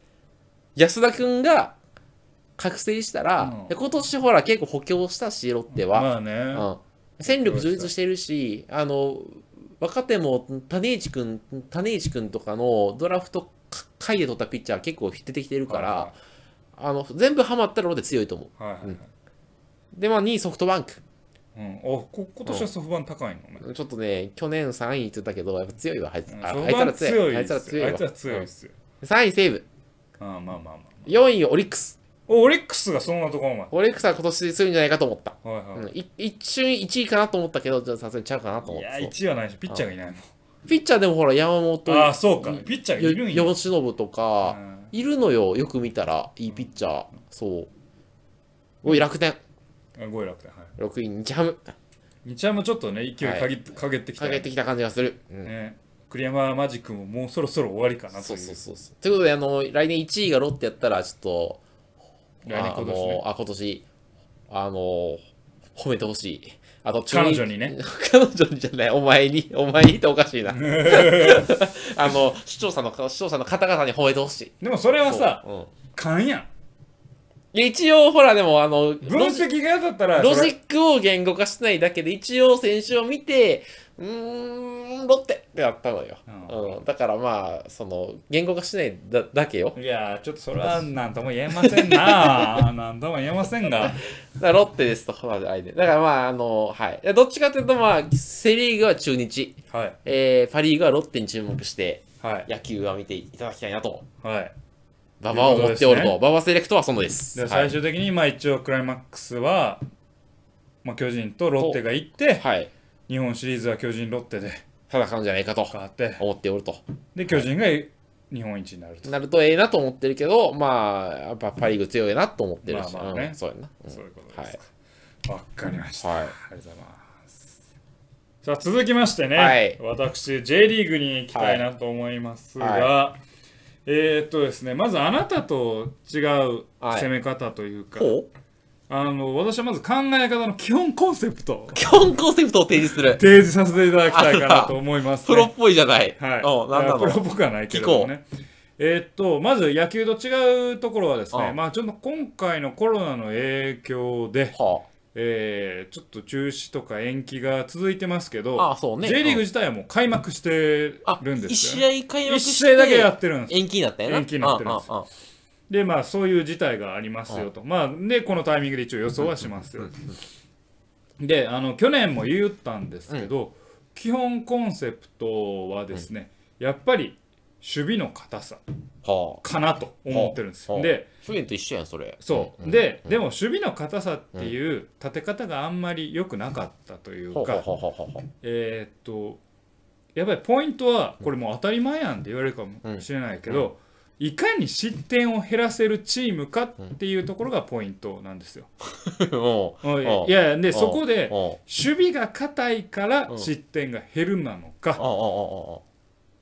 安田君が覚醒したらうん、で今年ほら結構補強したしロッテは、まあね、うん、戦力充実してるしあの若手も種市君種市君とかのドラフト下位で取ったピッチャー結構出てきてるから、はあの全部ハマったらロッテ強いと思いうはいはいはいはいでまあ2位ソフトバンクうん、おこ今年はソフトバンク高いのね、ちょっとね去年3位って言ったけどやっぱ強いわあいつうんあソあフいトバンつらク強強いいあっいつすら強よあいいわつら強いっすよ、 3位西武ああまあまあまあ、 4位オリックスおオリックスがそんなところまオリックスは今年するんじゃないかと思った。で、はいはいうん、い一瞬1位かなと思ったけど、じゃあさすがにちゃうかなと思いっやた。そう1位はないしピッチャーがいないもんピッチャーでもほら、山本、ああそうかうんピッチャーがいるんやよ吉信とか、うんいるのよ、よく見たら、いいピッチャー。そう。おい、楽天、あ5位楽天はい6位、日ハム、日ハムちょっとね勢いかげ,、かげってきたかよけてきた感じがする。うんね栗山マジックももうそろそろ終わりかなとそいううそうそうそう。ということで、あの、来年1位がロッテやったら、ちょっと、来年今年ああねのあ今年、あの、褒めてほしい。あと、彼女にね。 彼女にじゃない、お前に、お前にってお かしいな。あの、視聴者の、視聴者の方々に褒めてほしい。でもそれはさそううん勘やんいや一応、ほら、でも、あの、分ロジ析が嫌だったらロそジれックを言語化してないだけで、一応、選手を見て、うーん、ロッテってなったのよ。うん、だからまあ、その、言語化してないだだけよ。いやーちょっとそれは何とも言えません な何とも言えませんがだからロッテですと、まあ、相手。だからまあ、あの、はい。でどっちかというと、まあ、セリーグは中日、はいえー、パリーグはロッテに注目して、はい野球は見ていただきたいなと、はい馬場を持っておるということですねと、馬場セレクトはそのです。で最終的にまあ一応クライマックスは、まあ、巨人とロッテが行ってはい、はい。日本シリーズは巨人ロッテで戦うんじゃないかと変わって思っておると。で巨人が日本一になるとなるとええなと思ってるけど、まあ、やっぱパ・リーグ強いなと思ってるし、まあまあねうんそうやな。うんそういうことですかわ、かりました、はいありがとうございますさあ続きましてね、はい私 J リーグに行きたいなと思いますが、はいえーっとですねまずあなたと違うはい攻め方というか、ほうあの私はまず考え方の基本コンセプトを基本コンセプトを提示する。提示させていただきたいかなと思います、プね、ロっぽいじゃない。はい。うん、なんなプロのっぽくはないけれどもね。えーっと、まず野球と違うところはですあね、あまあちょっと今回のコロナの影響で、はえーちょっと中止とか延期が続いてますけど、あ、ああ、そうね。 J リーグうん自体はもう開幕してあ、るん一ですよ、ね。試合開幕一して試合だけやってるんです。延期になったよな。延期になってるんですうんうんうんで、まあそういう事態がありますよと。まあで、このタイミングで一応予想はしますよ。で、あの、去年も言ったんですけど、基本コンセプトはですね、やっぱり守備の硬さ。はあ。かなと思ってるんですほよ。うで、去年と一緒やん、それ。そう。で、でも守備の硬さっていう立て方があんまり良くなかったというほうほうか、ほうほうほうほう。えーっと、やっぱりポイントは、これもう当たり前やんって言われるかもしれないけど、いかに失点を減らせるチームかっていうところがポイントなんですよ。もううんいんや、で、んそこうで、ん守備が硬いから失点が減るなのあか、あああ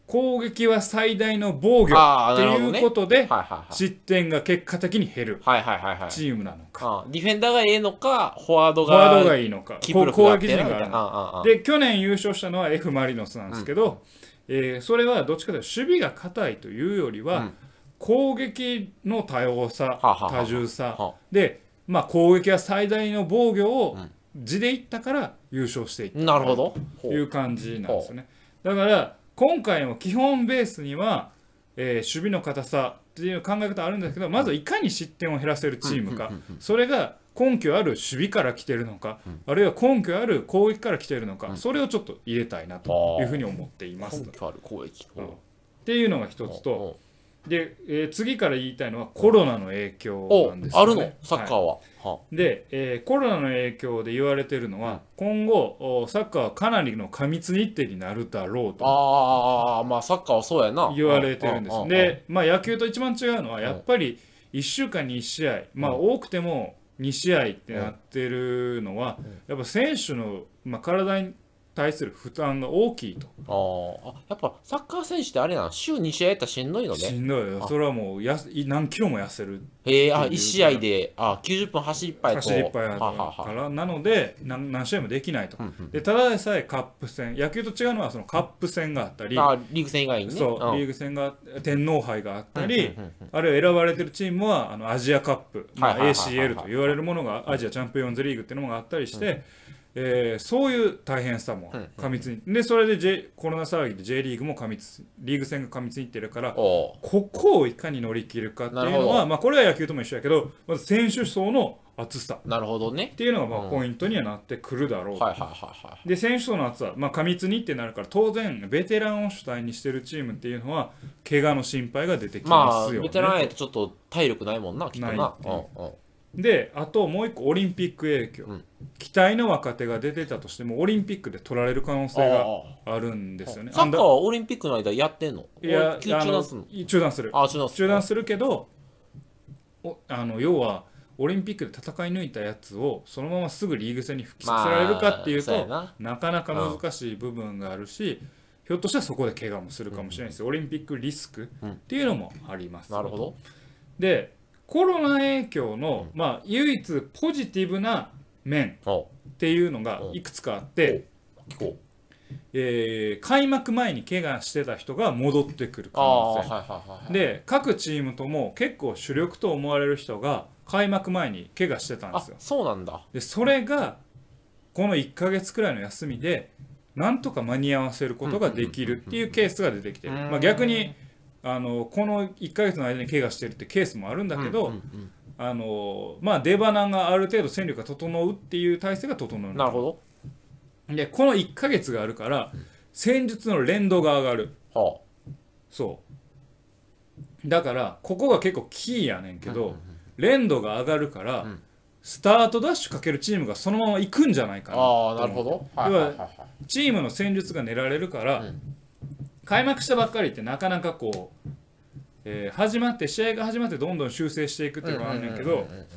攻撃は最大の防御ああっていうことで、ああああはい失点が結果的に減るはいはいはいはいはいチームなのか。ああディフェンダーがええのかフォワードフォワーがドがいいのか、キーこプう攻力があっ撃てな陣みがたいあなるの。ああああで、去年優勝したのは F ・マリノスなんですけど、えーそれはどっちかというと守備が硬いというよりは、うん攻撃の多様さ、あはあは多あ重さ、はあで、まあ、攻撃は最大の防御をうん地でいったから優勝していったなるほどという感じなんですよね。だから今回も基本ベースには、えー守備の硬さっていう考え方あるんですけどまずいかに失点を減らせるチームか、うんうんそれが根拠ある守備から来てるのか、あるいは根拠ある攻撃から来てるのか、それをちょっと入れたいなというふうに思っています。根拠ある攻撃うんっていうのが一つうんとで、えー次から言いたいのはコロナの影響なんですおあよ、ね、るのサッカーはいははで、えーコロナの影響で言われてるのは、今後おサッカーはかなりの過密日程になるだろうとあああまあサッカーはそうやな言われてるんでううす。うで、まあ、野球と一番違うのは、やっぱり1週間に1試合、まあ、多くても2試合ってなってるのは、やっぱ選手の、まあ、体に対する負担が大きいと、あああやっぱサッカー選手ってあれなの週2試合やったらしんどいのしねんどいよ、あそれはもうやす何キロも痩せる、へえあ1試合であ90分走りっぱいと走りっぱいあるははかはら、なので、なん何試合もできないとう。んでただでさえカップ戦、野球と違うのはそのカップ戦があったうりん、あリーグ戦以外にねそう、んリーグ戦が天皇杯があったり、うんうんうんうんあるいは選ばれてるチームはあのアジアカップ、まあ、はいはいはいはい ACL と言われるものがアジアチャンピオンズリーグっていうのがあったりして、えーそういう大変さもうんうん過密に、でそれで、J、コロナ騒ぎで J リーグも過密リーグ戦が過密にいってるからおうここをいかに乗り切るかっていうなるのほは、どまあ、これは野球とも一緒やけどまず選手層の厚さなるほどねっていうのがまうあんポイントにはなってくるだろうとはいはいはいはいで選手層の厚さ、まあ、過密にってなるから当然ベテランを主体にしてるチームっていうのは怪我の心配が出てきままあ、すよね。ベテランやとちょっと体力ないもんな、きっとないっな。てういうんうんであともう一個オリンピック影響、うん期待の若手が出てたとしてもオリンピックで取られる可能性があるんですよね。サッカーアンはオリンピックの間やってんのダーいや休中あの断すんの中断するあ、中断す中断するけどおあの要はオリンピックで戦い抜いたやつをそのまますぐリーグ戦に復帰させられるかっていうと、まあそうやななかなか難しい部分があるし、ひょっとしたらそこで怪我もするかもしれないです、オリンピックリスクっていうのもあります。なるほど。でコロナ影響の、まあ、唯一ポジティブな面おっていうのがいくつかあって、聞こうえー開幕前に怪我してた人が戻ってくる可ああ能はい性はいはいはいで各チームとも結構主力と思われる人が開幕前に怪我してたんであすよそうなんだでそれがこの1ヶ月くらいの休みでなんとか間に合わせることができるっていうケースが出てきてる、うんまあ、逆にあのこの1ヶ月の間に怪我してるってケースもあるんだけど、うんうんあのまあ、出花がある程度戦力が整うっていう体制が整ううんなるほでこの1ヶ月があるから戦術の連動が上がるどはそうだからここが結構キーやねんけど、うんうん連動が上がるから、うんスタートダッシュかけるチームがそのまま行くんじゃないかなああーなるほどはいはいはいはいチームの戦術が練られるから、うん開幕したばっかりってなかなかこう、えー始まって試合が始まってどんどん修正していくっていうのがあるんだけうんうんどうんうん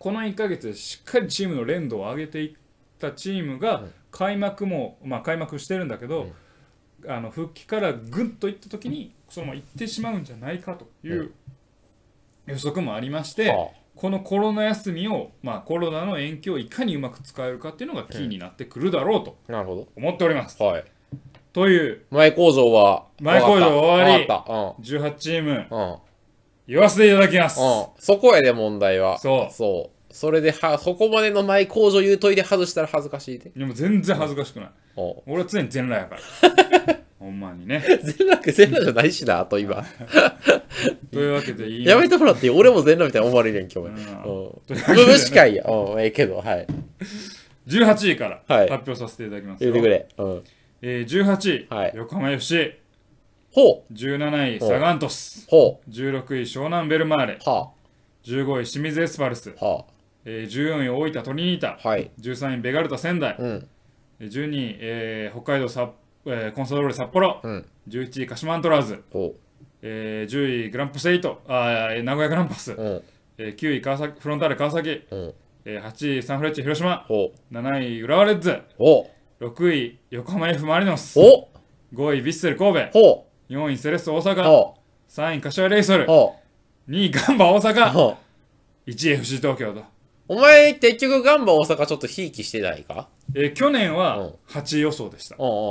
この1ヶ月でしっかりチームの連動を上げていったチームうがん開幕も、まあ、開幕してるんだけど、あの復帰からぐんといった時にそのまま行ってしまうんじゃないかという予測もありまして。はこのコロナ休みを、まあ、コロナの延期をいかにうまく使えるかっていうのがキーになってくるだろうとあなるほ思っております。どはいという前工場は前工場終わりかったわかっ18チームたうんうん言わせていただきます。うん、そこやで問題は。そうそう。それでは、そこまでの前工場言うといて外したら恥ずかしいで。でも全然恥ずかしくない。お俺は常に全裸やから。 ほんまにね。全裸、全裸じゃないしな、あと今。というわけで言いやますめてもらっていい俺も全裸みたいな思われるやんけ、お前。ううんん。というわけでね無無視会や。うん、ええけど、はい。 18位からはい発表させていただきます言よ。うてくれ。うん。えー18位、はい横浜 FC、ほう、 17位、サガントス、ほ16位、湘南ベルマーレ、う、は15位、清水エスパルス、あ、はえー14位、大分トリニータあ、、はい。 13位、ベガルタ仙台、うん、 12位、えー北海道札、えーコンサドーレ札幌、うん、 11位、鹿島アントラーズ、ほえー10位、グランパス8、あーえー名古屋グランパス、う、うん、えー9位川崎、フロンターレ川崎、うん、えー8位、サンフレッチェ広島、ほう、 7位、浦和レッズ、ほう、 6位、横浜 F ・マリノス、ほう、 5位、ヴィッセル神戸、ほ4位、セレッソ大う、阪、ほ3位、柏レイソう、ル、ほ2位、ガンバ大う、阪、ほう。 1位、FC 東京と。お前、結局、ガンバ大阪ちょっとひいきしてないかえー去年うはん8位予想でした。うん、うん、うん、うん。あ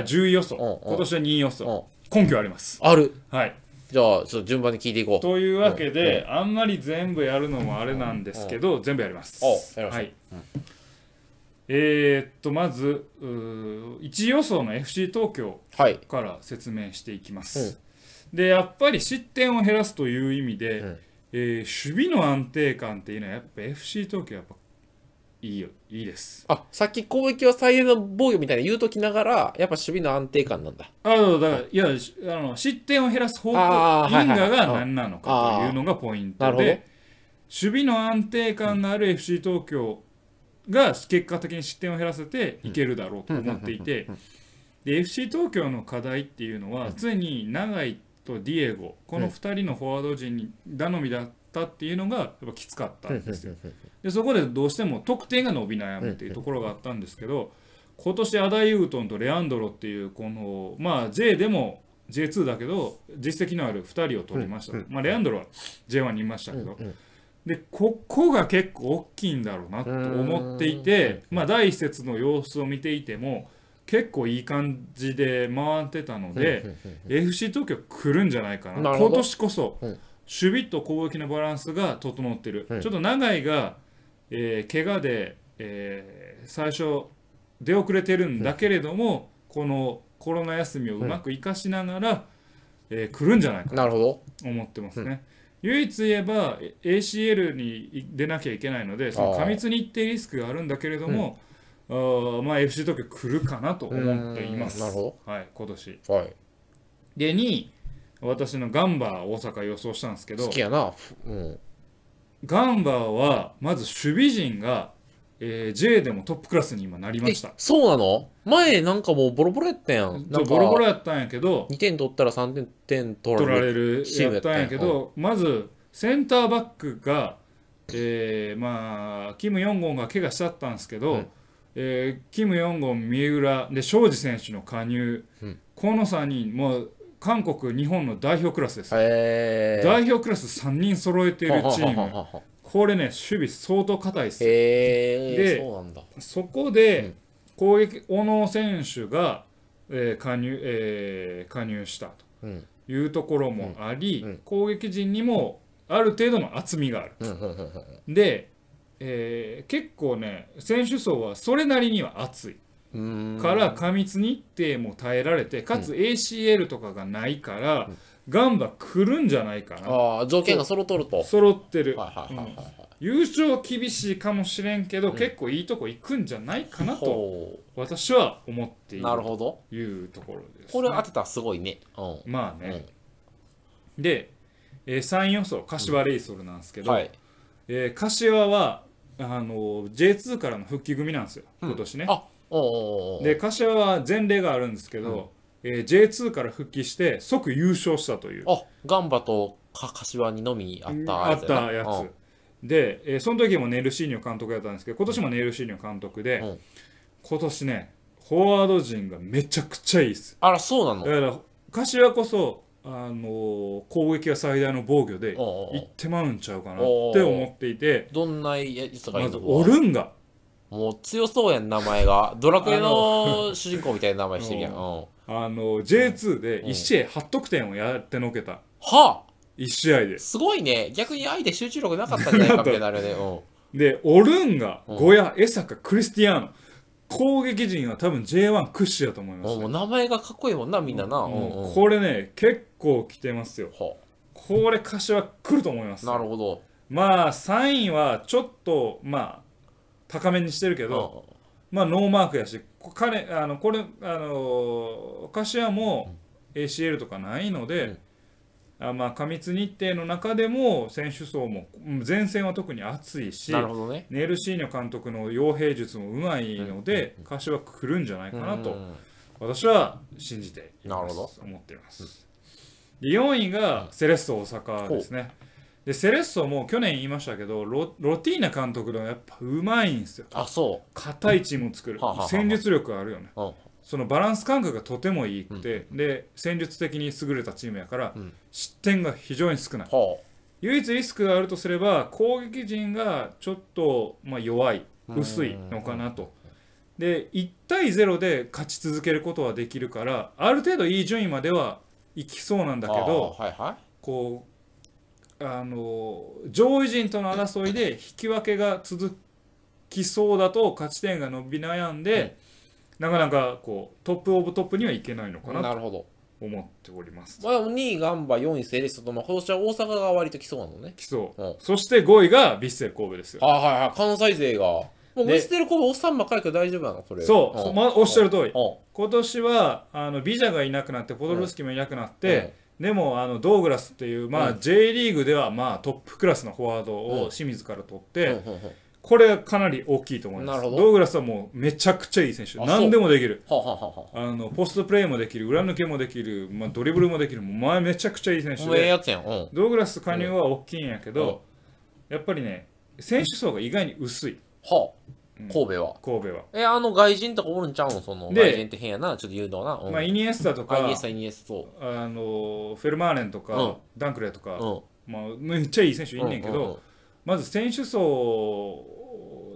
ー10位予想んうん。今年は2位予想。う根拠あります。ん。ある。はい。じゃあ、ちょっと順番に聞いていこう。というわけで、あんまり全部やるのもあれなんですけど、全部やります。おやりましょうはい。えーっと、まず、うー一予想の FC 東京はい。から説明していきます。で、やっぱり失点を減らすという意味で、うんえー守備の安定感っていうのは、やっぱ FC 東京はやっぱいいよ、いいです。あ、さっき攻撃は最大の防御みたいな言うときながら、やっぱ守備の安定感なんだ。あだから、いや、しあの失点を減らす方向、あーはい因はい果が何なのかというのがポインあーなトるほどで、守備の安定感がある FC 東京が結果的に失点を減らせていけるだろうと思っていて、で FC 東京の課題っていうのは、常に永井とディエゴ、この2人のフォワード陣に頼みだったっていうのが、やっぱきつかったんですよ。でそこでどうしても得点が伸び悩むっていうところがあったんですけど今年アダイウートンとレアンドロっていうこのまあ J でも J2 だけど実績のある2人を取りました、まあ、レアンドロは J1 にいましたけど、うんうんでここが結構大きいんだろうなと思っていてまあ第一節の様子を見ていても結構いい感じで回ってたので、FC 東京来るんじゃないかななるほど今年こそ、うん守備と攻撃のバランスが整ってる、うんちょっと永井が、えー怪我で、えー最初出遅れてるんだけれども、このコロナ休みをうまく生かしながら、えー来るんじゃないかなるほど。と思ってますね、唯一言えばえ ACL に出なきゃいけないのでその過密に一定リスクがあるんだけれども、あーまあ、FC 東京来るかなと思っています。うんなるほはい、今年はい。で2位私のガンバ大阪予想したんですけど好きやな。うん。ガンバはまず守備陣が、えー J でもトップクラスに今なりまえした、そうなの前、なんかもうボロボロやったやん。ちなょんかボロボロやったんやけど2点取ったら3点点取取らられる。れるチーやムやっったたんんややけどまずセンターバックが、えーまあキム・ヨンゴンが怪我しちゃったんですけど、うんえーキム・ヨンゴン三浦で庄司選手の加入、うんこの3人もう韓国日本の代表クラスです、へえ。代表クラス3人揃えてるチームはははははこれね守備相当硬いですよへでえそうなんだそこで、うん攻撃小野選手が、えー加入えー加入したうんというところもあり、うんうん攻撃陣にもある程度の厚みがある。うんうんうんで、えー結構ね選手層はそれなりには厚いうんうーんから過密日程も耐えられてかつ ACL とかがないから、ガンバ来るんじゃないかな、ああ条件が揃っとると揃ってる、はいはいはいはいはい優勝は厳しいかもしれんけど、結構いいとこ行くんじゃないかなとほ私は思ってういるなるほどというところです、これ当てたらすごいねうんまあね、で、えー、3位予想柏レイソルなんですけど、はいえー柏はあの J2 からの復帰組なんですよ今年ね、あおうおうおうで柏は前例があるんですけど、えー J2 から復帰して即優勝したというあガンバとか柏にのみあったあったやうんつで、えーその時もネルシーニョ監督やったんですけど今年もネルシーニョ監督で、うん今年ねフォワード陣がめちゃくちゃいいですあらそうなだのから柏こそ、あのー攻撃が最大の防御でおうおうおういってまうんちゃうかなって思っていてどんなやつがいまいずとこオルンガもう強そうやん名前がドラクエの主人公みたいな名前してるやん、ううんん、はあの J2 でうん1試合8得点をやってのけたあ1試合ですごいね逆に相手集中力なかったんじゃないかみたいになるよね、うで、オルンガ、うんゴヤ、江坂、クリスティアーノ。攻撃陣は多分 J1 屈指だと思いまん、もす、うね。名前がかっこいいもんなみんなな、うんもうんうこれね、結構来てますよ。はこれ、柏来ると思いまあす。なるほどまあ、3位はちょっと、まあ、高めにしてるけど、まあ、ノーマークやし、こ彼、あの、これ、あのー柏も ACL とかないので、あまあ、過密日程の中でも選手層もうん前線は特に熱いうんしなるほどねネルシーニョ監督の傭兵術もうまいので、柏は来るんじゃないかなうと、ん私は信じていまなるほす思っています。で4位がセレッソ大阪ですね。でセレッソも去年言いましたけどロロティーナ監督のやっぱうまいんですよ。あそ硬いチームを作るはあはあはあ戦術力あるよね。う、うん、そのバランス感覚がとてもいいって、で戦術的に優れたチームやから、うん失点が非常に少ない。は唯一リスクがあるとすれば攻撃陣がちょっと、まあ、弱いうん薄いのかなと。で1対0で勝ち続けることはできるからある程度いい順位まではいきそうなんあだけどあはいはこうあの上位陣との争いで引き分けが続きそうだと勝ち点が伸び悩んで、なかなかこうトップオブトップにはいけないのかいなとなるほど思っております。まあ2位ガンバ4位セレッソと、まあ、今年は大阪が割と来そうなのねきそううんそして5位がヴィッセル神戸ですよ。あはいはい関西勢がもうでミステルコブおっさんばっかりやけど大丈夫なのそれそう、んそま、おっしゃる通りうん今年はあのビジャがいなくなってポドルスキもいなくなって、でもあのドーグラスっていう、まあう J リーグでは、まあ、トップクラスのフォワードをうん清水から取っうて、んうんうんうんこれがかなり大きいと思いますなるほどドーグラスはもうめちゃくちゃいい選手あ何でもできるはあはあはあはああのポストプレーもできる裏抜けもできる、まあ、ドリブルもできるもう前めちゃくちゃいい選手お前ええでやつやん。うん。ドーグラス加入は大きいんやけど、やっぱりね選手層が意外に薄いはうんあ、神戸は。神戸は、え、あの外人とかおるんちゃうんそので外人って変やな。ちょっと言うのはな。うん。まあ、イニエスタとかあ、イエスだ、イエスと。あのフェルマーレンとか、うんダンクレーとか、うん。まあ、めっちゃいい選手いんねんけど、ううまず選手層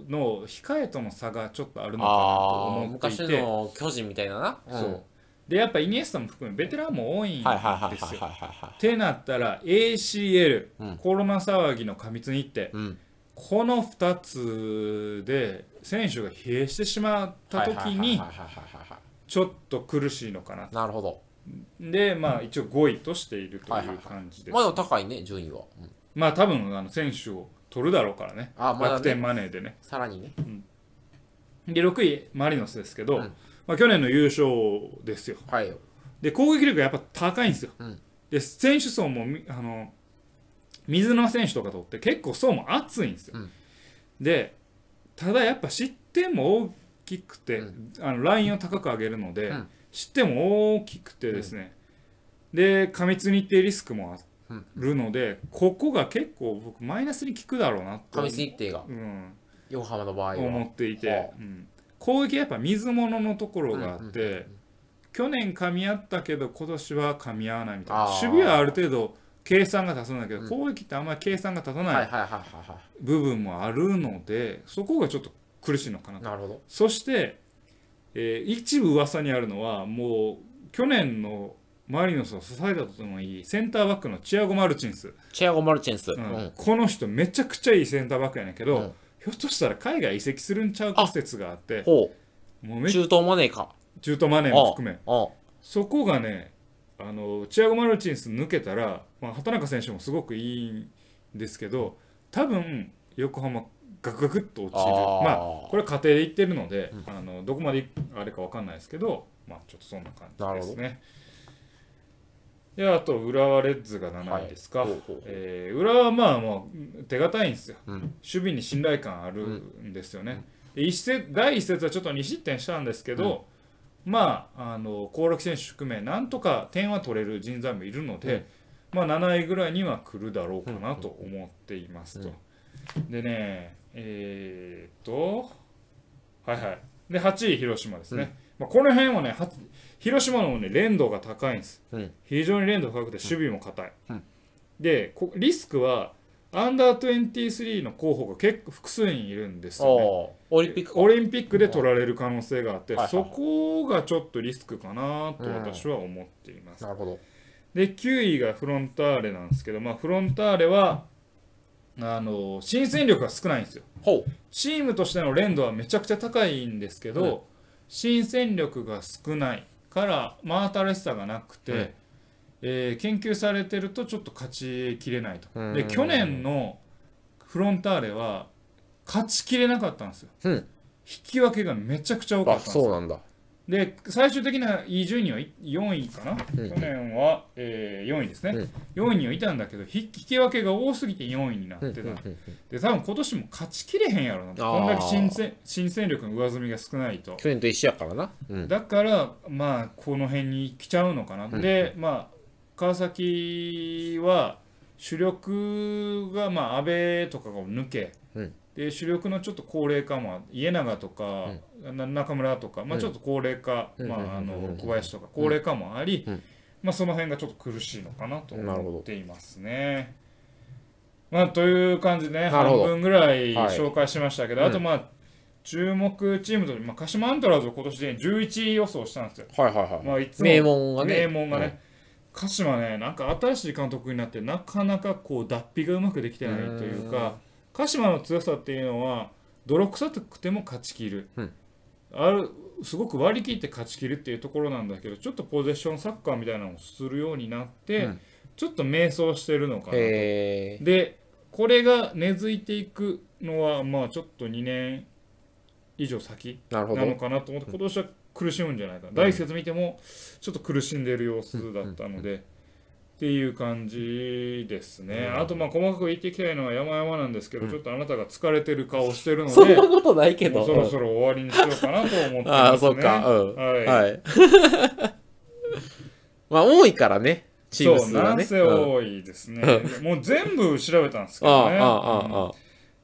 の控えとの差がちょっとあるのかなとああ、思ってい昔て、の巨人みたいなな。うんそうでやっぱイニエスタも含めベテランも多いんですよ。はいはいはいはいはいはいはいっ。てなったら ACL、うんコロナ騒ぎの過密日程、うん。この2つで選手が疲弊してしまった時にはいはいはいはいはいは。ちょっと苦しいのかないなるほど。でまあ一応5位としているとはいいはいうはい感じです。まだ高いね、順位は。うんまあ多分あの選手を取るだろうからね、あまだね楽天マネーでね。さらにね。で、6位、マリノスですけど、うんまあ、去年の優勝ですよ。はいよ。で、攻撃力がやっぱ高いんですよ。うんで、選手層もみあの水沼選手とかとって結構層も厚いんですよ。うんで、ただやっぱ失点も大きくて、うあのラインを高く上げるので、うん失点も大きくてですね、で、過密日程リスクもあるので、ここが結構僕、マイナスに効くだろうなって過思う密日程が。うん、横浜の場合思は。っていて、はあうん攻撃はやっぱ水物のところがあって、うんうんうん去年噛み合ったけど今年は噛み合わないみたいなあー守備はある程度計算が立つんだけど、公益ってあんまり計算が立たはいはないいはいはいは部分もあるのでそこがちょっと苦しいのかないなるほどそして、えー一部噂にあるのはもう去年のマリノスを支えたとてもいいセンターバックのチアゴ・マルチンス、チェアゴ・マルチェンス、ううんんこの人めちゃくちゃいいセンターバックやねんけど、うんひょっとしたら海外移籍するんちゃうか説があってほもううめっ中東マネーか中東マネーも含めあそこがねあのチアゴ・マルチンス抜けたら、まあ、畑中選手もすごくいいんですけど多分横浜ガクガクっと落ちるあーまあこれは家庭で行ってるので、あのどこまでいあれかわかんないですけどまあちょっとそんな感じですね。であと浦和レッズが7位ですか、はいほうほうほうえー浦和はまあもう手堅いんですよ、うん守備に信頼感あるんですよね、で一節第1節はちょっと2失点したんですけど、まああの興梠選手含めなんとか点は取れる人材もいるので、まあ、7位ぐらいには来るだろうかなと思っていますと、でねえー、っとはいはいで8位広島ですね、まあ、この辺はねは広島の方ね連動が高いんです、うん非常に連動が高くて守備も硬い、うんでこリスクはアンダー23の候補が結構複数人いるんですあよねオリンピックかオリンピックで取られる可能性があって、はいはいそこがちょっとリスクかなと私は思っています、なるほどで9位がフロンターレなんですけど、まあ、フロンターレはあの新戦力が少ないんですよほうチームとしての連度はめちゃくちゃ高いんですけど、うん新戦力が少ないから真新しさがなくて、うんえー研究されてるとちょっと勝ちきれないと、うんで去年のフロンターレは勝ちきれなかったんですようん引き分けがめちゃくちゃ多かっあたんですよそうなんだで最終的な位順位は4位かな、ん去年は、え4位ですね、4位にはいたんだけど引き分けが多すぎて4位になってた、で多分今年も勝ちきれへんやろなあーこんだけ新戦新戦力の上積みが少ないと去年と一緒やからなうんだからまあこの辺に来ちゃうのかな、うんでまあ川崎は主力がまあ安倍とかが抜け、うんで主力のちょっと高齢化も家永とか、な中村とか、まあ、ちょっと高齢化、うんまうんあ、あうんの小林とか高齢化もあり、うんまあ、その辺がちょっと苦しいのかなとなるほ思どっていますね。まあ、という感じでねなる半ほど分ぐらいはい紹介しましたけど、うんあとまあ注目チームとして、まあ、鹿島アントラーズを今年で11位予想したんですよ。はいはいはい、まあ、いつも名門がね名門がね、鹿島ね、なんか新しい監督になって、なかなかこう脱皮がうまくできてないといううーんか、鹿島の強さっていうのは、泥臭くても勝ちきる、うんある、すごく割り切って勝ちきるっていうところなんだけど、ちょっとポゼッションサッカーみたいなのをするようになって、うんちょっと迷走してるのかなと。へえでこれが根付いていくのはまあちょっと2年以上先なるほどなのかなと思って今年は苦しむんじゃないか、第一節見てもちょっと苦しんでる様子だったので、っていう感じですね、うんあとまあ細かく言っていきたいのは山々なんですけど、ちょっとあなたが疲れてる顔してるのそんでなことないけもど、うそろそろ終わりにしようかなと思ってます、ね ああそっかうんはい、はい まあ多いからねチームそう数がなんねせうん多いですね、もう全部調べたんですけああどねああああ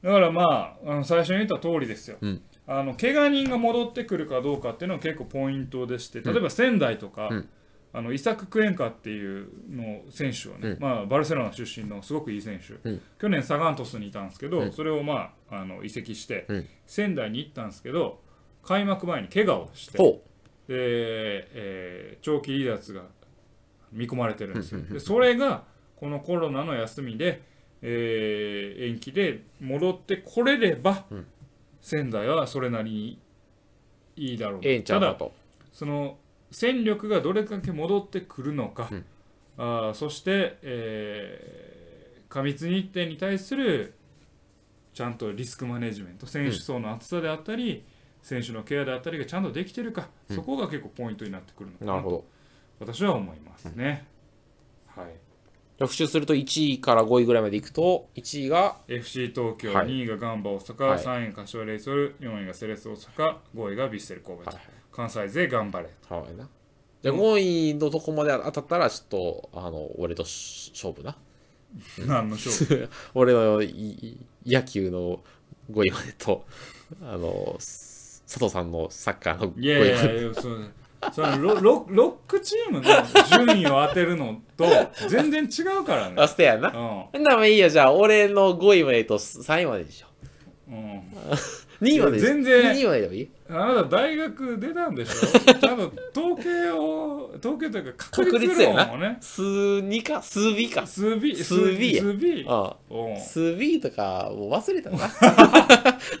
だからまああの最初に言った通りですよ、うんあの怪我人が戻ってくるかどうかっていうのは結構ポイントでして例えば仙台とか、うんあのイサク・クエンカっていうの選手はね、うんまあ、バルセロナ出身のすごくいい選手、うん去年サガン鳥栖にいたんですけど、うんそれを、まあ、あの移籍して、うん仙台に行ったんですけど開幕前に怪我をしてで、ほえー長期離脱が見込まれてるんですよ。うんうんうんでそれがこのコロナの休みで、えー延期で戻ってこれれば、うん仙台はそれなりにいいだろううええんちゃたうかだとその戦力がどれだけ戻ってくるのか、うんあーそして、えー過密日程に対するちゃんとリスクマネジメント選手層の厚さであったり、選手のケアであったりがちゃんとできてるか、うんそこが結構ポイントになってくるのかななるほとど私は思いますね。はいじゃあ復習すると1位から5位ぐらいまでいくと1位が FC 東京、はい2位がガンバ大阪、はい3位が柏レイソル、4位がセレッソ大阪、5位がヴィッセル神戸と、はい関西勢頑張れ。はいなじゃあ5位のとこまで当たったらちょっとあの俺とし勝負な何の勝負俺のいい野球の5位までとあのす佐藤さんのサッカーの5いやい位までやいや、そうそのロロロックチームの順位を当てるのと全然違うからあ、ね。そうやな。ほんならもういいよ、じゃあ、俺の5位までと3位まででしょ。うん。うん。 2位まででしょ。全然2位まででもいいあなた大学出たんでしょちゃんと統計を、統計というか確確率率や論をなね。。数2か、数 B か。数 B、数 B や数 B。あうんあ。数 B とか、もう忘れ たな。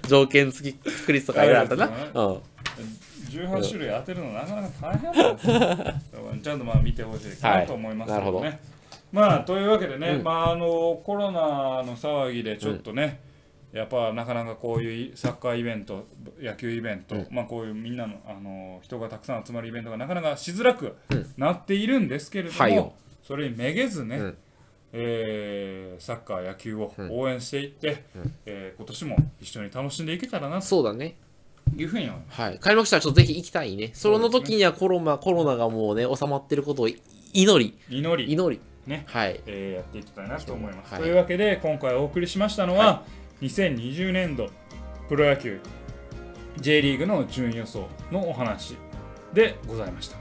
条件付き確率とかいろいろあったな。あれやつうん。 18種類当てるのなかなか大変なんですよだからちゃんとまあ見てほしいかなと思いますけどね。はいなまあというわけでね、うんまあ、あのコロナの騒ぎでちょっとね、やっぱなかなかこういうサッカーイベント野球イベント、うんまあ、こういうみんなのあの人がたくさん集まるイベントがなかなかしづらくなっているんですけれども、はいよそれにめげずね、うんえーサッカー野球を応援していって、えー今年も一緒に楽しんでいけたらなとそうだね。いうふうに思います。はい。開幕したらちょっとぜひ行きたいね。その時にはコロナ、コロナがもうね、収まってることをい祈り、祈り祈り。ねはい。えーやっていきたいなと思います。はいというわけで今回お送りしましたのは、2020年度プロ野球 J リーグの順位予想のお話でございました。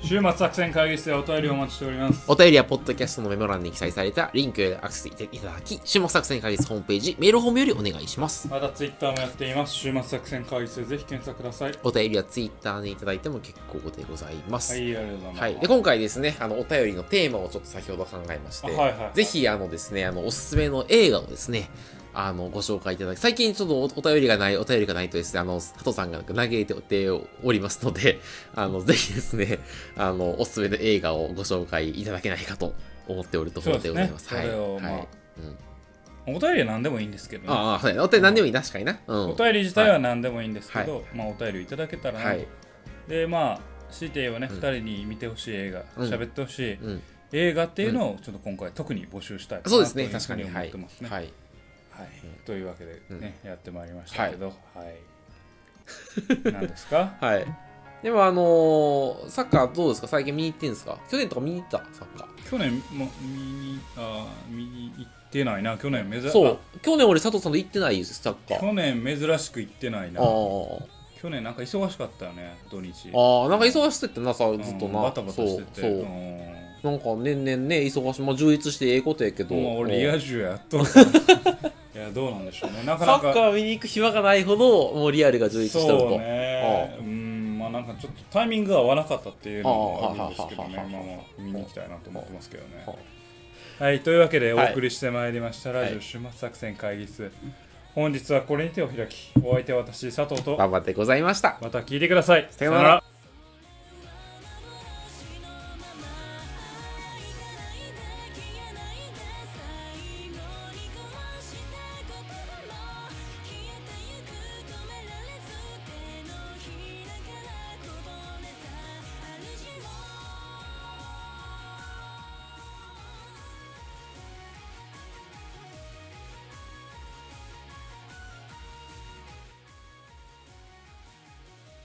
週末作戦会議室でお便りをお待ちしております。お便りは、ポッドキャストのメモ欄に記載されたリンクよりアクセスいただき、注目作戦会議室ホームページ、メールホームよりお願いします。またツイッターもやっています。週末作戦会議室でぜひ検索ください。はお便りはツイッターにいただいても結構でございます。い、ありがとうございます。はい、で今回ですねあのお便りのテーマをちょっと先ほど考えまして、あはいはいはいぜひあのですねあのおすすめの映画をですねあのご紹介いただき最近ちょっとおお便りがないお便りがないとですねあの佐藤さんが嘆いておりますのであのぜひですねあのおすすめの映画をご紹介いただけないかと思っておるところでございます。そうですねそはいれをまあはいうんお便りは何でもいいんですけど、ね、ああはい、お便り何でもいい確かにな。うん、お便り自体は何でもいいんですけど、まあお便りをいただけたらな、はい、でまあ強いて言えばね、うん2人に見てほしい映画うん喋ってほしいうん、映画っていうのをちょっと今回特に募集したいかなそうですねという確ふうかに思はっいてますね、はいはいというわけでね、やってまいりましはたいけどはい、何です かはい。でもあのーサッカーどうですか最近見に行ってんですか去年とか見に行ったサッカー。去年も見にあー見に行ってないな去年めざそう。去年俺佐藤さんと行ってないです、サッカあー。去年珍しく行ってないなあ去年なんか忙しかったよね土日あ。ああ、なんか忙しくてな、さ、ずっとうんな。バタバタしててそう。そうう。んなんか年々ね、忙しい。まあ、充実してええことやけど。もう俺リア充やっとる いやどうなんでしょうねなかサなッかカー見に行く暇がないほど、もうリアルが充実してると。そうねうんまあなんかちょっとタイミングが合わなかったっていうのもあるんですけどねああまあまあ見に行きたいなと思ってますけどねあはいというわけでおはい送りしてまいりました、ラジはオい週末作戦会議室、本日はこれに手を開きお相手は私佐藤と頑張ってございました。また聞いてくださいさようなら